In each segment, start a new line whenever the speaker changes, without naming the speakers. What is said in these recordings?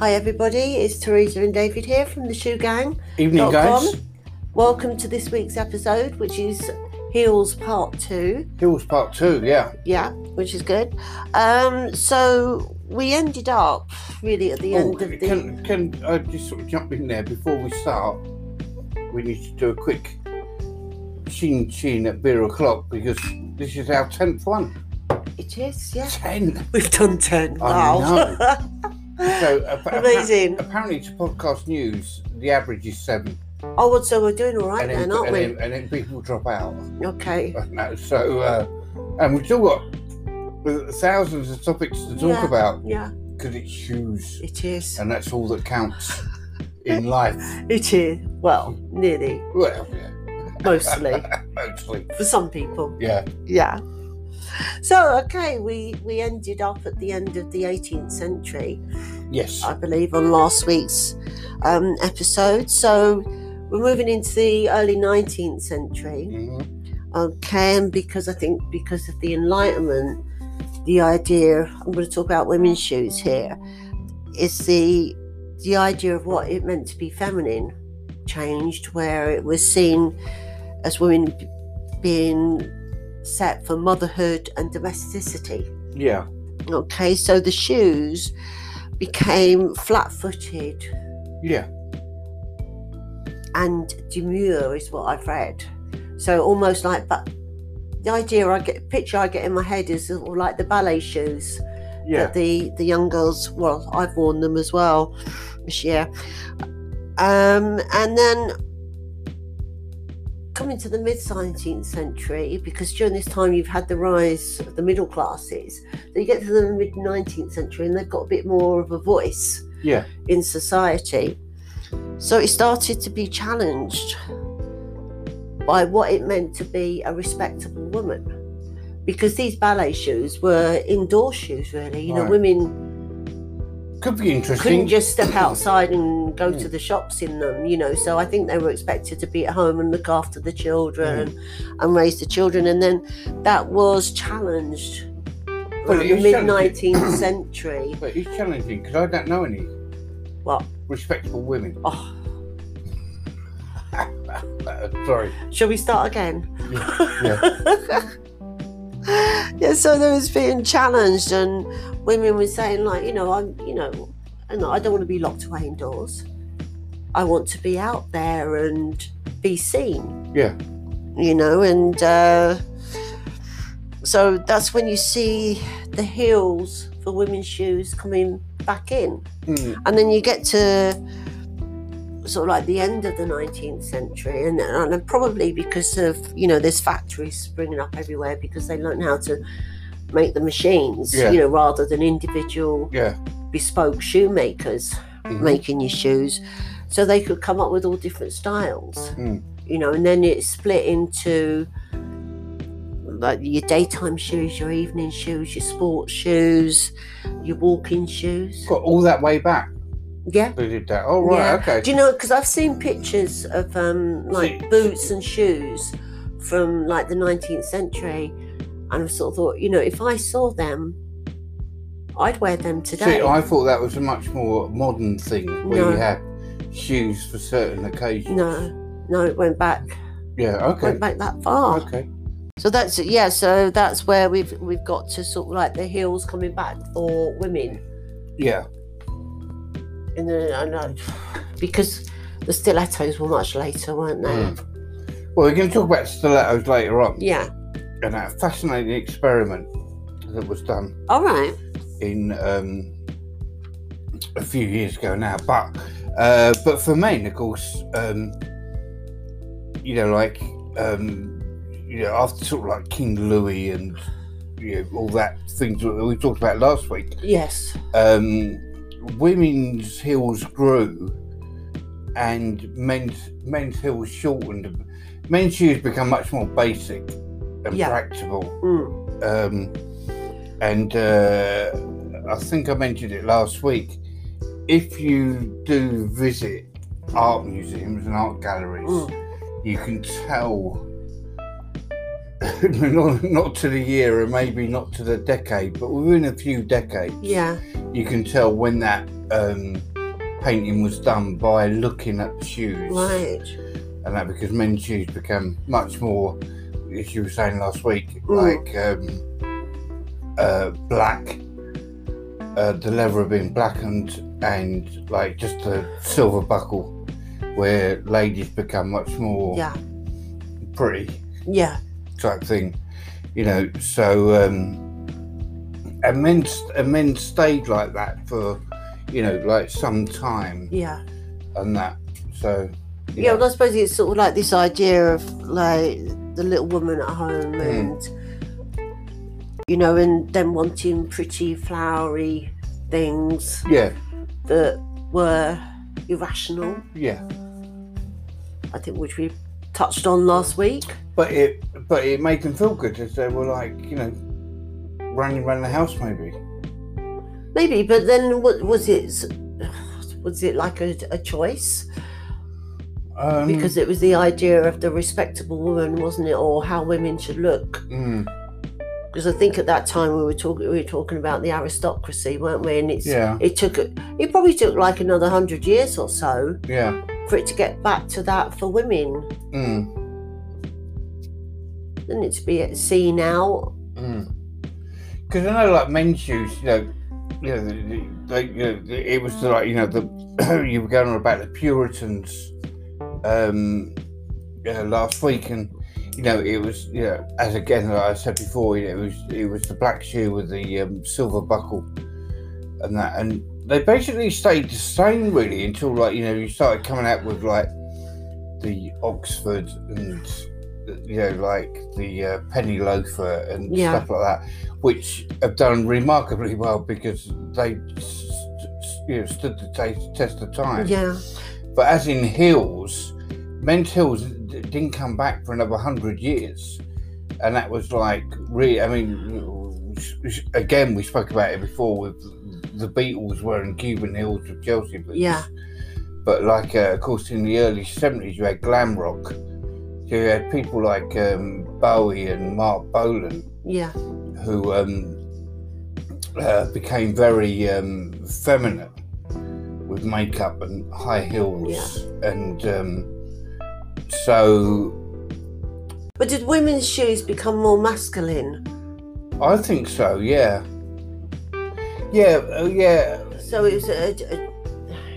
Hi everybody, it's Teresa and David here from the Shoe Gang.
Evening,
Dot
guys.
com. Welcome to this week's episode, which is Heels Part 2.
Hills Part Two, yeah.
Yeah, which is good. Um, so we ended up really at the
Oh,
end of the.
can can I just sort of jump in there before we start? We need to do a quick chin chin at beer o'clock because this is our tenth one.
It is, yeah.
Ten.
We've done 10.
I
wow.
So appa- appa-
Amazing.
apparently, to podcast news, the average is seven,
oh, well, so we're doing all right
and, then,
then, aren't
and,
we?
then, and then people drop out.
okay.
No, so uh, and we've still got uh, thousands of topics to talk
Yeah.
about
Yeah,
because it's shoes,
it is.
and that's all that counts in life.
It is. Well, nearly.
Well, yeah,
Mostly.
mostly,
for some people.
yeah.
yeah so okay we we ended up at the end of the 18th century
Yes.
i believe on last week's um, episode so we're moving into the early 19th century
Mhm.
okay and because i think because of the enlightenment the idea i'm going to talk about women's shoes here is the the idea of what it meant to be feminine changed where it was seen as women b- being set for motherhood and domesticity
Yeah.
okay so the shoes became flat-footed
Yeah.
and demure is what I've read. So almost like but the idea I get picture I get in my head is sort of like the ballet shoes
Yeah.
that the the young girls well I've worn them as well this year. Um, and then coming to the mid 19th century because during this time you've had the rise of the middle classes so you get to the mid 19th century and they've got a bit more of a voice
Yeah.
in society. So it started to be challenged by what it meant to be a respectable woman. Because these ballet shoes were indoor shoes, really. You know,
Right.
women
Could be interesting.
couldn't just step outside and go
Mm.
to the shops in them, you know. So I think they were expected to be at home and look after the children
Hmm.
and, and raise the children. And then that was challenged
Well,
around
it
the
is
mid
challenging.
19th century.
But it's challenging because I don't know any
What?
respectable women.
Oh,
Uh, sorry.
shall we start again?
Yeah.
yeah, so there was being challenged, and women were saying like, you know, I'm, you know, and I don't want to be locked away indoors. I want to be out there and be seen.
Yeah.
You know, and uh, so that's when you see the heels for women's shoes coming back in,
Mm,
and then you get to sort of like the end of the 19th century and, and probably because of you know there's factories springing up everywhere because they learn how to make the machines
Yeah.
you know rather than individual
yeah.
bespoke shoemakers
Mhm.
making your shoes so they could come up with all different styles
Mm.
you know and then it's split into like your daytime shoes your evening shoes your sports shoes your walking shoes
Got all that way back.
yeah
They did that. Oh right.
Yeah.
Okay.
do you know? Because I've seen pictures of um, like
See-
boots and shoes from like the 19th century, and I sort of thought, you know, if I saw them, I'd wear them today.
See, I thought that was a much more modern thing where
No.
you had shoes for certain occasions.
no, no, it went back,
Yeah. Okay.
went back that far.
Okay.
So that's yeah. So that's where we've we've got to sort of like the heels coming back for women,
Yeah.
and then I know because the stilettos were much later, weren't they?
Mm. Well, we're going to talk about stilettos later on,
Yeah.
and a uh, fascinating experiment that was done
All right.
in um, a few years ago now. But uh, but for men, of course, um, you know, like um, you know, after sort of like King Louis and you know, all that things that we talked about last week,
Yes.
um, women's heels grew and men's men's heels shortened. Men's shoes become much more basic and
Yeah.
practical
Mm.
um, and uh, I think I mentioned it last week. If you do visit art museums and art galleries,
Mm.
you can tell not, not to the year and maybe not to the decade, but within a few decades,
Yeah.
you can tell when that um, painting was done by looking at the shoes
Right.
and that because men's shoes become much more, as you were saying last week,
Mm.
like um, uh, black. Uh, the leather had been blackened and like just a silver buckle, where ladies become much more
Yeah.
pretty
Yeah.
type thing, you know. So um, and men and men stayed like that for you know like some time
Yeah.
and that. So you
Yeah.
know,
Well, I suppose it's sort of like this idea of like the little woman at home and you know, and then wanting pretty flowery things
yeah,
that were irrational.
yeah.
I think which we touched on last week.
But it but it made them feel good as they were like, you know, running around the house maybe.
Maybe, but then what was it? Was it like a, a choice?
Um,
Because it was the idea of the respectable woman, wasn't it, or how women should look?
mm,
Because I think at that time we were talking, we were talking about the aristocracy, weren't we? And it's
yeah,
it took it probably took like another hundred years or so
yeah.
for it to get back to that for women.
Mm,
Didn't it to be seen out?
mm. Cause I know like men's shoes, you know, you know, the- the- they, you know the- it was the, like, you know, the you were going on about the Puritans um uh, last week and you know, it was you know, as again like I said before, you know, it was it was the black shoe with the um, silver buckle and that, and they basically stayed the same really until like you know you started coming out with like the Oxford and you know like the uh, penny loafer and
Yeah.
stuff like that, which have done remarkably well because they s- s- you know stood the t- test of time.
Yeah,
But as in heels, men's heels d- didn't come back for another hundred years, and that was like really. I mean, s- s- again, we spoke about it before with the Beatles wearing Cuban heels with Chelsea boots.
Yeah.
But like, uh, of course, in the early seventies, you had glam rock. So you had people like um, Bowie and Mark Bolan
yeah,
who um, uh, became very um, feminine with makeup and high heels, and um, so
but did women's shoes become more masculine?
I think so. Yeah, yeah, uh, yeah,
So it was a, a-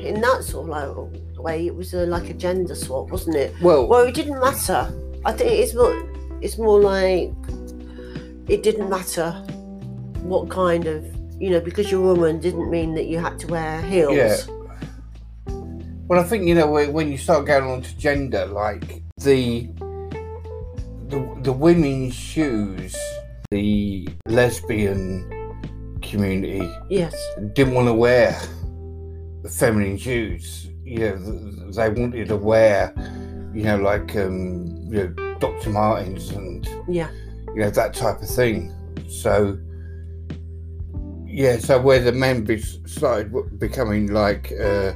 in that sort of like way. It was a, like a gender swap, wasn't it?
well,
Well, it didn't matter. I think it's more. It's more like it didn't matter what kind of you know because you're a woman didn't mean that you had to wear heels.
Yeah. well, I think you know when when you start going on to gender, like the the, the women's shoes, the lesbian community
Yes.
didn't want to wear the feminine shoes. You know, th- they wanted to wear, you know, like um, you know, Dr. Martens and
Yeah.
you know that type of thing. So yeah, so where the men be- started w- becoming like, uh,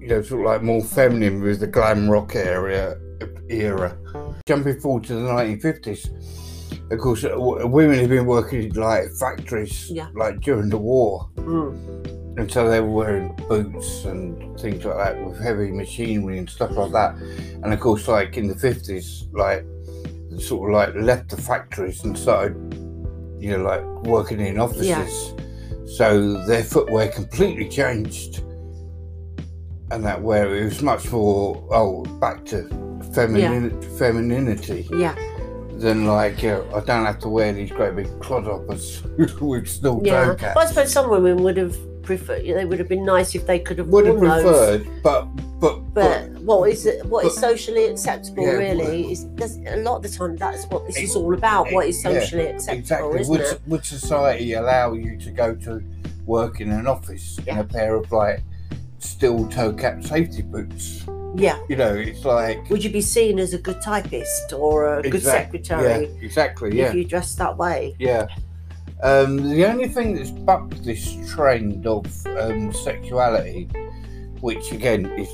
you know, sort of like more feminine with the glam rock area era. Jumping forward to the 1950s, of course, w- women have been working in like factories,
Yeah.
like during the war,
Mm.
and so they were wearing boots and things like that with heavy machinery and stuff like that. And of course, like in the fifties, like sort of like left the factories and started, you know, like working in offices. So their footwear completely changed, and that where it was much more oh back to feminine femininity
Yeah.
than like uh, I don't have to wear these great big clodhoppers with still
Yeah.
toe
But
caps.
I suppose some women would have preferred. They would have been nice if they could have
would have
worn those.
preferred, but but
But what is what is
but-
socially acceptable
Yeah,
really is there's, a lot of the time that's what this
It-
is all about. what is
yeah,
socially acceptable,
exactly.
isn't
Would
it?
would society allow you to go to work in an office in
Yeah.
a pair of like steel toe cap safety boots?
Yeah.
You know, it's like
Would you be seen as a good typist or a good
Exact-
secretary
yeah, exactly,
if
yeah,
you dressed that way?
yeah. Um, the only thing that's bucked this trend of um, sexuality, which again is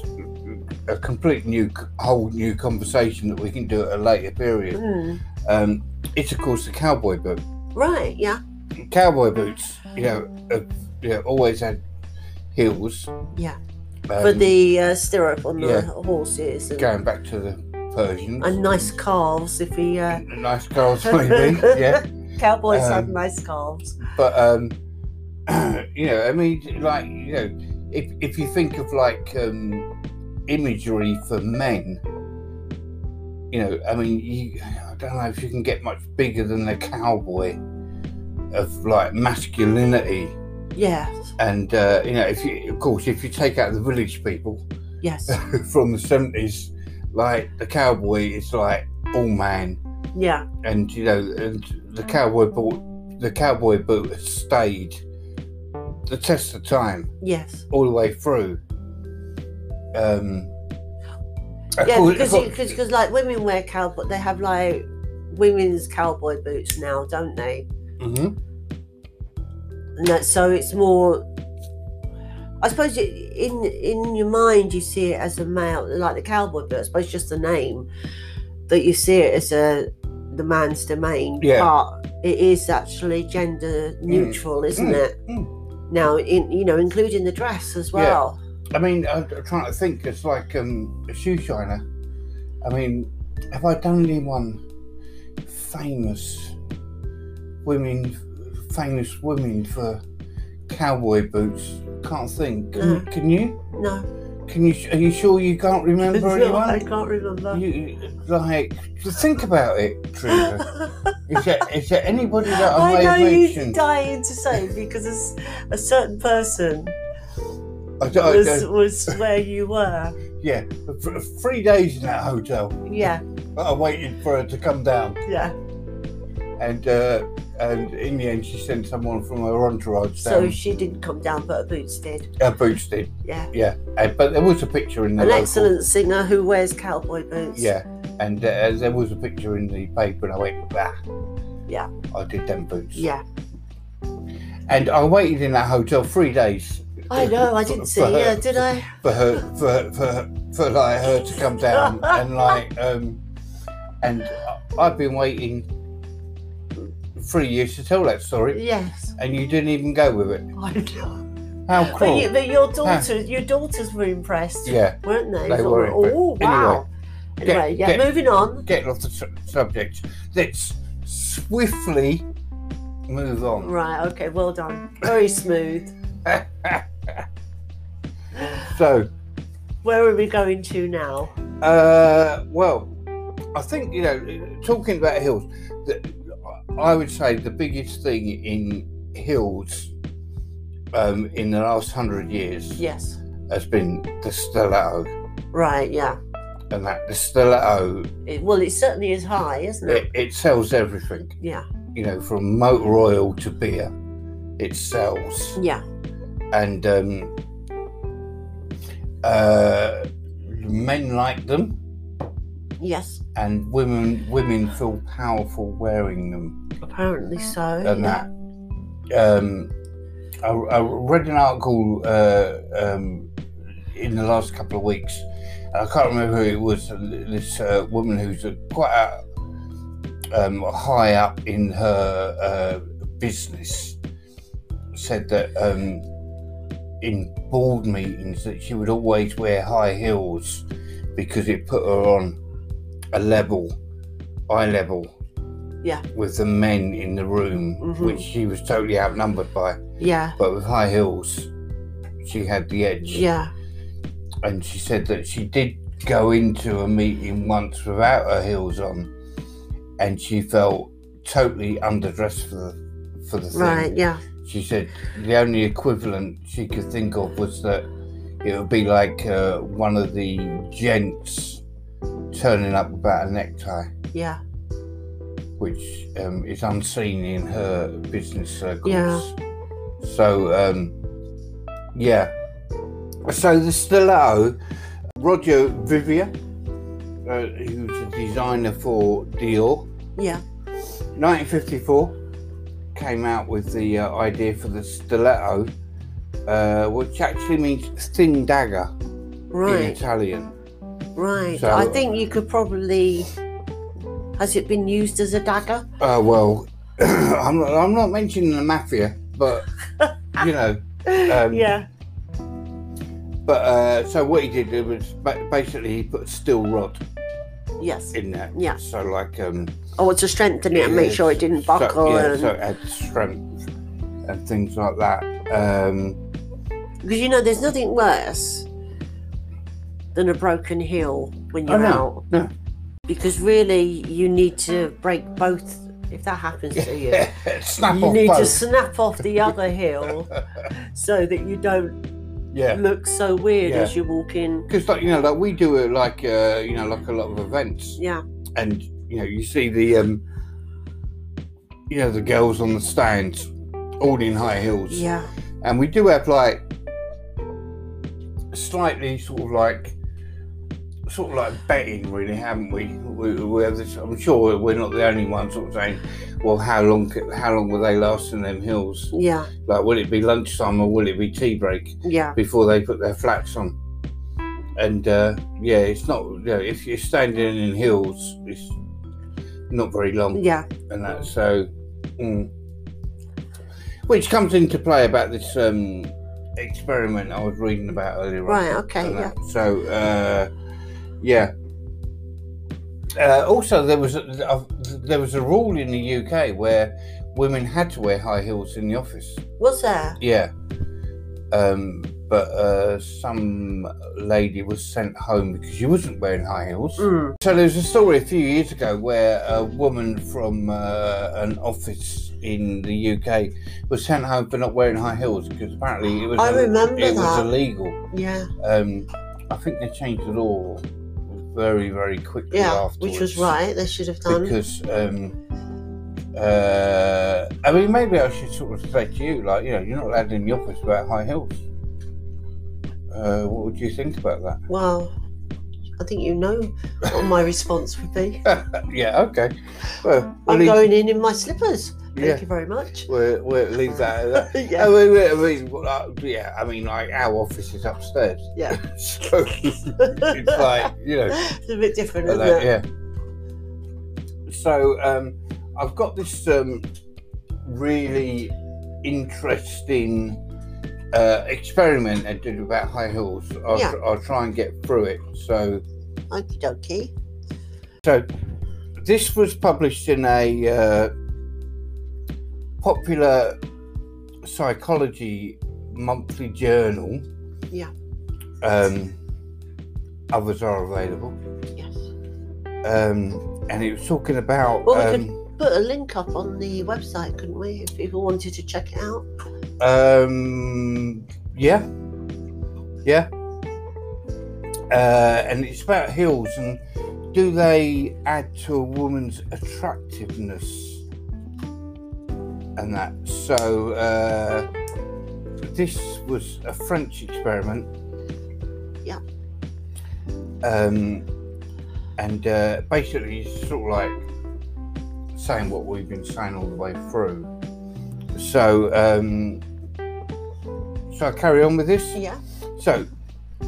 a complete new, whole new conversation that we can do at a later period.
Mm.
Um, it's of course the cowboy boot.
Right, yeah. um,
cowboy boots, you know, have, you know, uh, always had heels.
Yeah.
Um,
for the uh, stirrup on the
yeah.
horses and,
going back to the Persians.
and nice calves if he uh,
nice girls, maybe. yeah.
cowboys have
Um,
nice calves
But um, you know, I mean, like you know, if if you think of like um, imagery for men, you know, I mean, you, I don't know if you can get much bigger than the cowboy of like masculinity,
yeah
and uh, you know, if you, of course, if you take out the village people
yes
from the seventies, like the cowboy is like all man,
yeah
and you know, and the
Mm.
cowboy boot, the cowboy boot has stayed the test of time
yes
all the way through. Um, of
yeah
course-
because
of
you-
course-
cause, cause, like women wear cowboy they have like women's cowboy boots now don't they
Mhm.
and that so it's more I suppose it, in in your mind you see it as a male like the cowboy but I suppose it's just the name that you see it as a the man's domain
Yeah.
but it is actually gender neutral isn't
Mm.
it now in you know including the dress as
Yeah.
well
I mean, I'm I'm trying to think. It's like um, a shoe shiner. I mean, have I done anyone famous women, famous women for cowboy boots? Can't think. Can,
No.
can you?
no
Can you? Are you sure you can't remember
no, I
anyone?
can't remember
You, like, just think about it, Teresa. is, there, is there anybody that I,
I
may have
know you're
mentioned?
dying to say because it's a certain person
I don't- I
was,
don't-
was where you were.
yeah, for three days in that hotel.
Yeah,
I waited for her to come down,
yeah.
and uh, and in the end, she sent someone from her entourage
So
down.
she didn't come down, but her boots did.
her boots did,
Yeah.
yeah. And, Uh, but there was a picture in the
An
local-
excellent singer who wears cowboy boots.
Yeah, and uh, there was a picture in the paper, and I went, bah.
Yeah.
I did them boots.
Yeah.
And I waited in that hotel three days
I know, I didn't see her, did I?
for her for for, for like her to come down and like um and I- I've been waiting three years to tell that story
Yes.
and you didn't even go with it.
I know.
How
But,
cruel.
you, but your daughters, your daughters were impressed,
yeah,
weren't they?
They
Thought,
were impressed.
Oh wow.
Anyway,
Anyway,
get-
yeah.
get-
Moving on.
getting off the su- subject. Let's swiftly move on.
Right. Okay. Well done. Very smooth.
So,
Where are we going to now?
uh, well, I think you know, talking about hills, the, I would say the biggest thing in hills um, in the last hundred years
Yes.
has been the stiletto
Right. Yeah.
and that the stiletto
It, well, it certainly is high, isn't it?
it, it sells everything
Yeah.
you know from motor oil to beer it sells
Yeah.
and um uh men like them
Yes.
and women women feel powerful wearing them
Apparently so.
and
yeah.
that um I, I read an article uh, um, in the last couple of weeks. I can't remember who it was. This uh, woman who's a, quite a, um, high up in her uh, business said that um, in board meetings that she would always wear high heels because it put her on a level, eye level.
Yeah.
With the men in the room,
Mhm.
which she was totally outnumbered by
Yeah.
but with high heels, she had the edge.
Yeah.
And she said that she did go into a meeting once without her heels on, and she felt totally underdressed for the for the thing.
Right. Yeah.
She said the only equivalent she could think of was that it would be like uh, one of the gents turning up about a necktie,
Yeah.
which um, is unseen in her business circles.
Yeah.
So, um, yeah. So the stiletto, Roger Vivier, uh, who's a designer for Dior,
Yeah.
1954 came out with the uh, idea for the stiletto, uh, which actually means thin dagger in
Right.
Italian.
Right.
So-
I think you could probably. Has it been used as a dagger?
Uh, well, I'm not, I'm not mentioning the mafia, but you know, um,
yeah.
But uh, so what he did it was ba- basically he put steel rod
Yes.
in there.
Yeah.
So like um.
Oh, to strengthen it and make sure it didn't
so-
buckle.
yeah,
and
so it had strength and things like that. Um.
Because you know, there's nothing worse than a broken heel when
Oh,
you're
no,
out.
no.
Because really, you need to break both. If that happens to you,
Snap
you
off
need to
both.
snap off the other heel so that you don't
yeah.
look so weird
Yeah.
as you walk in.
Because like you know, like we do it like uh, you know, like a lot of events.
Yeah,
and you know you see the um you know the girls on the stands all in high heels
yeah,
and we do have like slightly sort of like sort of like betting really haven't we, we, we have this, i'm sure we're not the only ones sort of saying well how long c- how long will they last in them hills
yeah,
like will it be lunchtime or will it be tea break
yeah,
before they put their flats on. And uh, yeah, it's not. You know, if you're standing in hills, it's not very long,
yeah.
and that so. Mm. Which comes into play about this um, experiment I was reading about earlier. on
Right. Okay.
and
Yeah.
that. So uh, yeah. Uh, also, there was a, uh, there was a rule in the UK where women had to wear high heels in the office.
Was there?
Yeah. Um, but uh, some lady was sent home because she wasn't wearing high heels.
Mm.
So there was a story a few years ago where a woman from uh, an office in the UK was sent home for not wearing high heels because apparently it was
I remember
it was
that.
illegal.
Yeah.
Um, I think they changed the law very very quickly
Yeah.
afterwards
Which was right. They should have done.
because um, uh, I mean, maybe I should sort of say to you, like, you know, you're not allowed in the office without high heels. Uh, what would you think about that?
Well, I think you know what my response would be.
yeah, okay. Well, we'll
I'm
leave,
going in in my slippers. Thank
Yeah.
you very much.
we'll, we'll leave that at that.
yeah.
I mean, I mean, well, uh, yeah, I mean, like, our office is upstairs.
Yeah.
so it's
it's
like, you know,
a bit different, isn't
Hello,
it?
yeah. So um, I've got this um, really interesting uh, experiment I did about high heels. I'll,
Yeah.
I'll try and get through it. So,
Okie dokie.
so this was published in a uh, popular psychology monthly journal.
Yeah.
Um, others are available.
Yes.
um, and it was talking about.
Well, we
um,
Put a link up on the website, couldn't we? If people wanted to check it out.
um, yeah, yeah, uh, and it's about heels and do they add to a woman's attractiveness and that. So uh, this was a French experiment.
Yeah.
Um, and uh, basically, it's sort of like saying what we've been saying all the way through. So, um, shall I carry on with this?
Yeah.
So,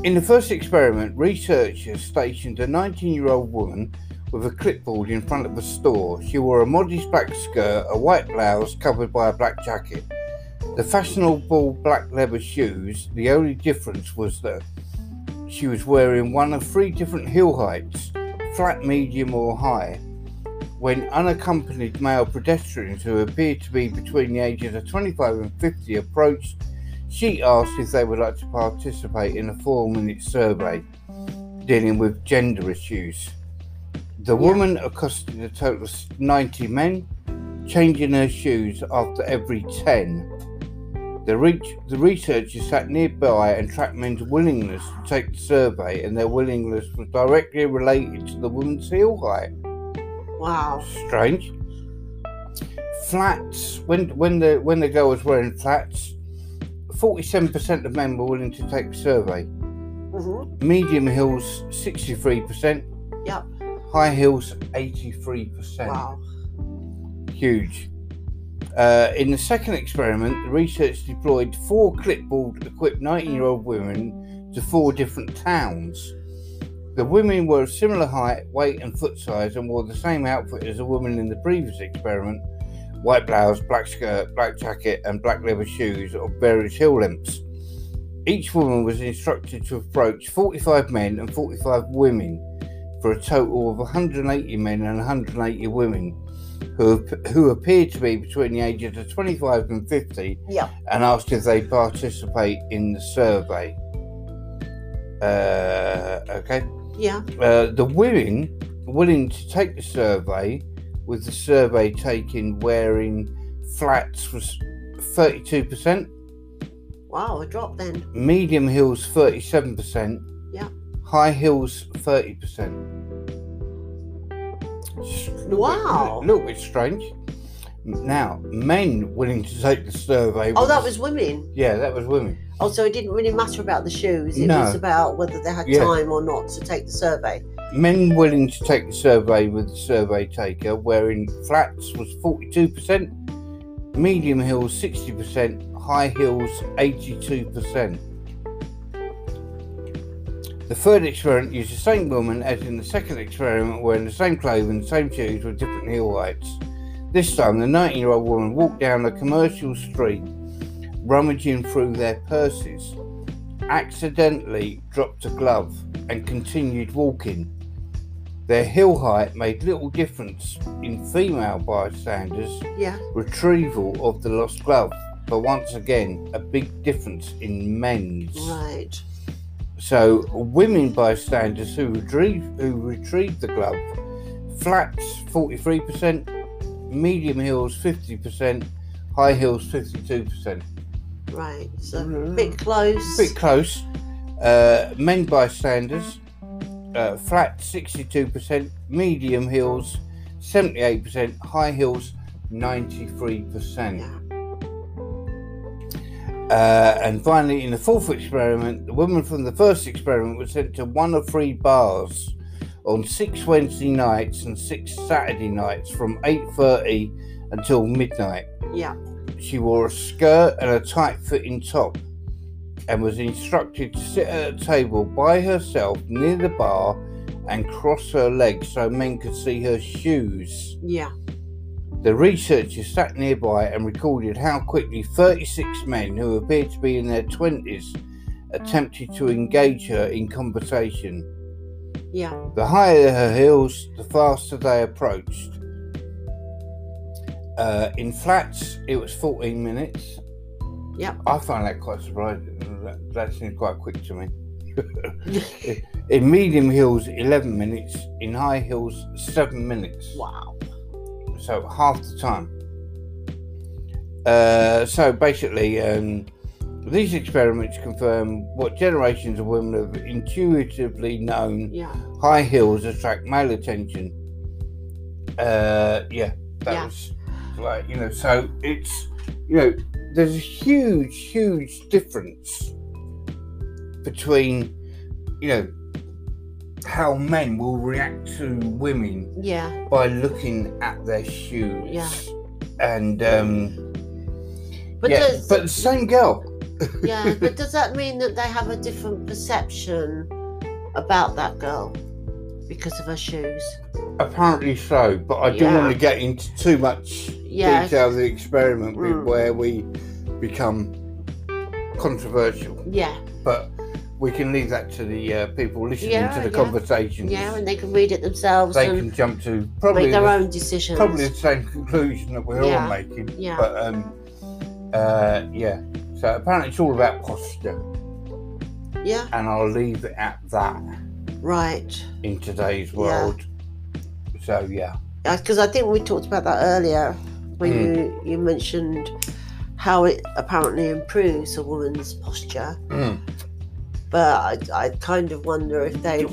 in the first experiment, researchers stationed a 19 year old woman with a clipboard in front of a store. She wore a modest black skirt, a white blouse covered by a black jacket. The fashionable black leather shoes, the only difference was that she was wearing one of three different heel heights flat, medium, or high. When unaccompanied male pedestrians who appeared to be between the ages of 25 and 50 approached, she asked if they would like to participate in a four minute survey dealing with gender issues. The woman accosted a total of 90 men, changing her shoes after every 10. The, reach, the researchers sat nearby and tracked men's willingness to take the survey, and their willingness was directly related to the woman's heel height.
Wow.
Strange. Flats. When when the when the girl was wearing flats, forty-seven percent of men were willing to take the survey.
hmm
Medium heels, sixty-three percent.
Yep.
High heels, eighty-three percent.
Wow.
Huge. Uh, in the second experiment, the research deployed four clipboard-equipped nineteen-year-old women to four different towns. The women were of similar height, weight, and foot size and wore the same outfit as the woman in the previous experiment white blouse, black skirt, black jacket, and black leather shoes of various heel lengths. each woman was instructed to approach 45 men and 45 women for a total of 180 men and 180 women who, ap- who appeared to be between the ages of 25 and 50
Yeah.
and asked if they participate in the survey. Uh, okay.
Yeah.
Uh, the women willing to take the survey, with the survey taken wearing flats was 32%,
Wow, a drop then.
medium heels 37%,
Yeah.
high heels 30%. It's a little bit-
Wow.
A little bit strange. Now, men willing to take the survey.
Oh, that was women.
Yeah, that was women.
Oh, so it didn't really matter about the shoes. It
No.
was about whether they had
Yeah.
time or not to take the survey.
Men willing to take the survey with the survey taker wearing flats was 42%, medium heels 60%, high heels 82%. The third experiment used the same woman as in the second experiment, wearing the same clothing, same shoes with different heel heights. This time, the 19 year old woman walked down a commercial street, rummaging through their purses accidentally dropped a glove and continued walking. Their heel height made little difference in female bystanders'
Yeah.
retrieval of the lost glove, but once again, a big difference in men's.
Right.
So, women bystanders who retrieve, who retrieved the glove, flats 43%, medium heels 50%, high heels 52%.
Right. So
Mm.
bit close.
bit close. Uh, men bystanders, uh, flat 62%, medium heels 78%, high heels 93%.
Yeah.
Uh, and finally, in the fourth experiment, the woman from the first experiment was sent to one of three bars on six Wednesday nights and six Saturday nights from 8.30 until midnight.
Yeah.
She wore a skirt and a tight fitting top and was instructed to sit at a table by herself near the bar and cross her legs so men could see her shoes.
Yeah.
The researchers sat nearby and recorded how quickly 36 men who appeared to be in their 20s attempted to engage her in conversation.
Yeah.
The higher her heels, the faster they approached. Uh, in flats, it was 14 minutes.
Yep.
I find that quite surprising. That, that seems quite quick to me. in medium heels, 11 minutes. In high heels, 7 minutes.
Wow.
So half the time. Uh, so basically, um, these experiments confirm what generations of women have intuitively known
Yeah.
high heels attract male attention. Uh, yeah, that
Yeah.
was like you know. So it's you know, there's a huge, huge difference between you know how men will react to women
Yeah.
by looking at their shoes.
Yeah.
And um,
But
yeah,
does
but the same girl.
yeah, but does that mean that they have a different perception about that girl because of her shoes?
Apparently so, but I do
Yeah.
want to get into too much
Yeah.
detail of the experiment with
Mm.
where we become controversial,
Yeah.
but we can leave that to the uh, people listening
Yeah,
to the
yeah.
conversations.
Yeah, and they can read it themselves
they
and
can jump to probably
make their
the,
own decisions.
probably the same conclusion that we're
Yeah,
all making.
yeah.
But um, uh, yeah, so apparently it's all about posture,
Yeah.
and I'll leave it at that
Right.
in today's
Yeah.
world. So yeah,
because Uh, I think we talked about that earlier when
Mm.
you, you mentioned how it apparently improves a woman's posture.
Mm.
But I, I kind of wonder if they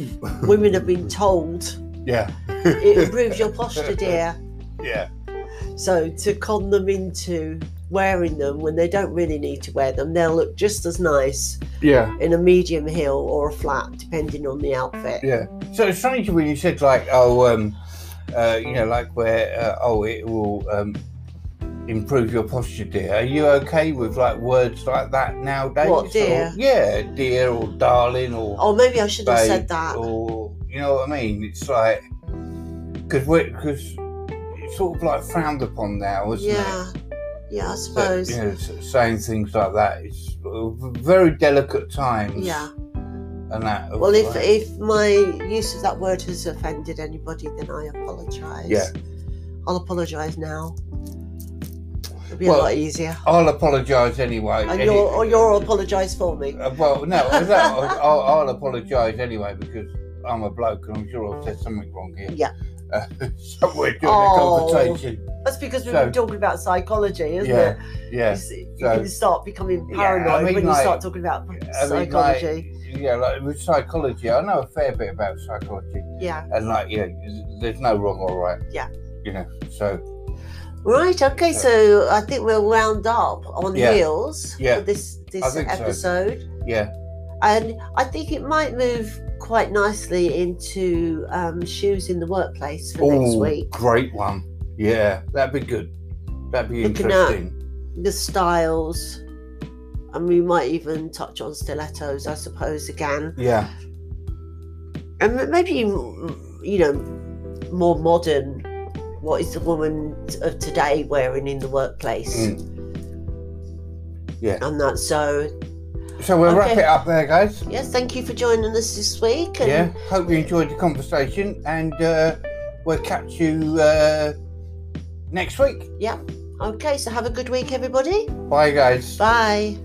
women have been told
yeah,
it improves your posture, dear.
yeah,
So to con them into wearing them when they don't really need to wear them, they'll look just as nice
yeah.
in a medium heel or a flat, depending on the outfit.
Yeah. So it's strange when you said like, oh, um, uh, you know, like where, uh, oh, it will um, improve your posture, dear. Are you okay with like words like that nowadays?
What, dear?
Or, yeah, dear or darling or
Oh, maybe I should have
babe
said that.
or you know what I mean? It's like because we're because it's sort of like frowned upon now, isn't
yeah,
it?
Yeah, I
that,
suppose.
you know, s- saying things like that. It's uh, very delicate times.
yeah.
And that. of
Well, if
like-
if my use of that word has offended anybody, then I apologise.
Yeah.
I'll apologise now. It'll be
Well,
a lot easier.
I'll apologise anyway.
And
any-
you're or you're apologise for me.
Uh, well, no, no I'll, I'll apologise anyway because I'm a bloke and I'm sure I've said something wrong here.
Yeah.
Uh, somewhere during
Oh.
the conversation.
That's because we've
So-
been talking about psychology, isn't
Yeah,
it? You,
Yeah.
s- you
so-
can start becoming
Yeah, I
paranoid
mean,
when you
like-
start talking about
I mean, like,
psychology.
yeah, like with psychology, I know a fair bit about psychology,
yeah.
and like, you know, there's no wrong or right.
Yeah.
You know, so
Right. Okay. So I think we'll round up on
Yeah.
heels
Yeah.
for this
I
this
think so.
episode.
yeah,
and I think it might move quite nicely into um, shoes in the workplace for next
Ooh,
week.
great one. Yeah, that'd be good. That'd be
Looking at-
interesting.
The styles, and we might even touch on stilettos, I suppose, again,
Yeah,
and m- maybe you know more modern. What is the woman t- of today wearing in the workplace?
Mm. yeah.
And that so
So we'll wrap
Okay.
it up there, guys.
yes, thank you for joining us this week. And
Yeah, hope you enjoyed the conversation, and uh, we'll catch you uh, next week.
Okay, so have a good week, everybody.
Bye, guys.
Bye.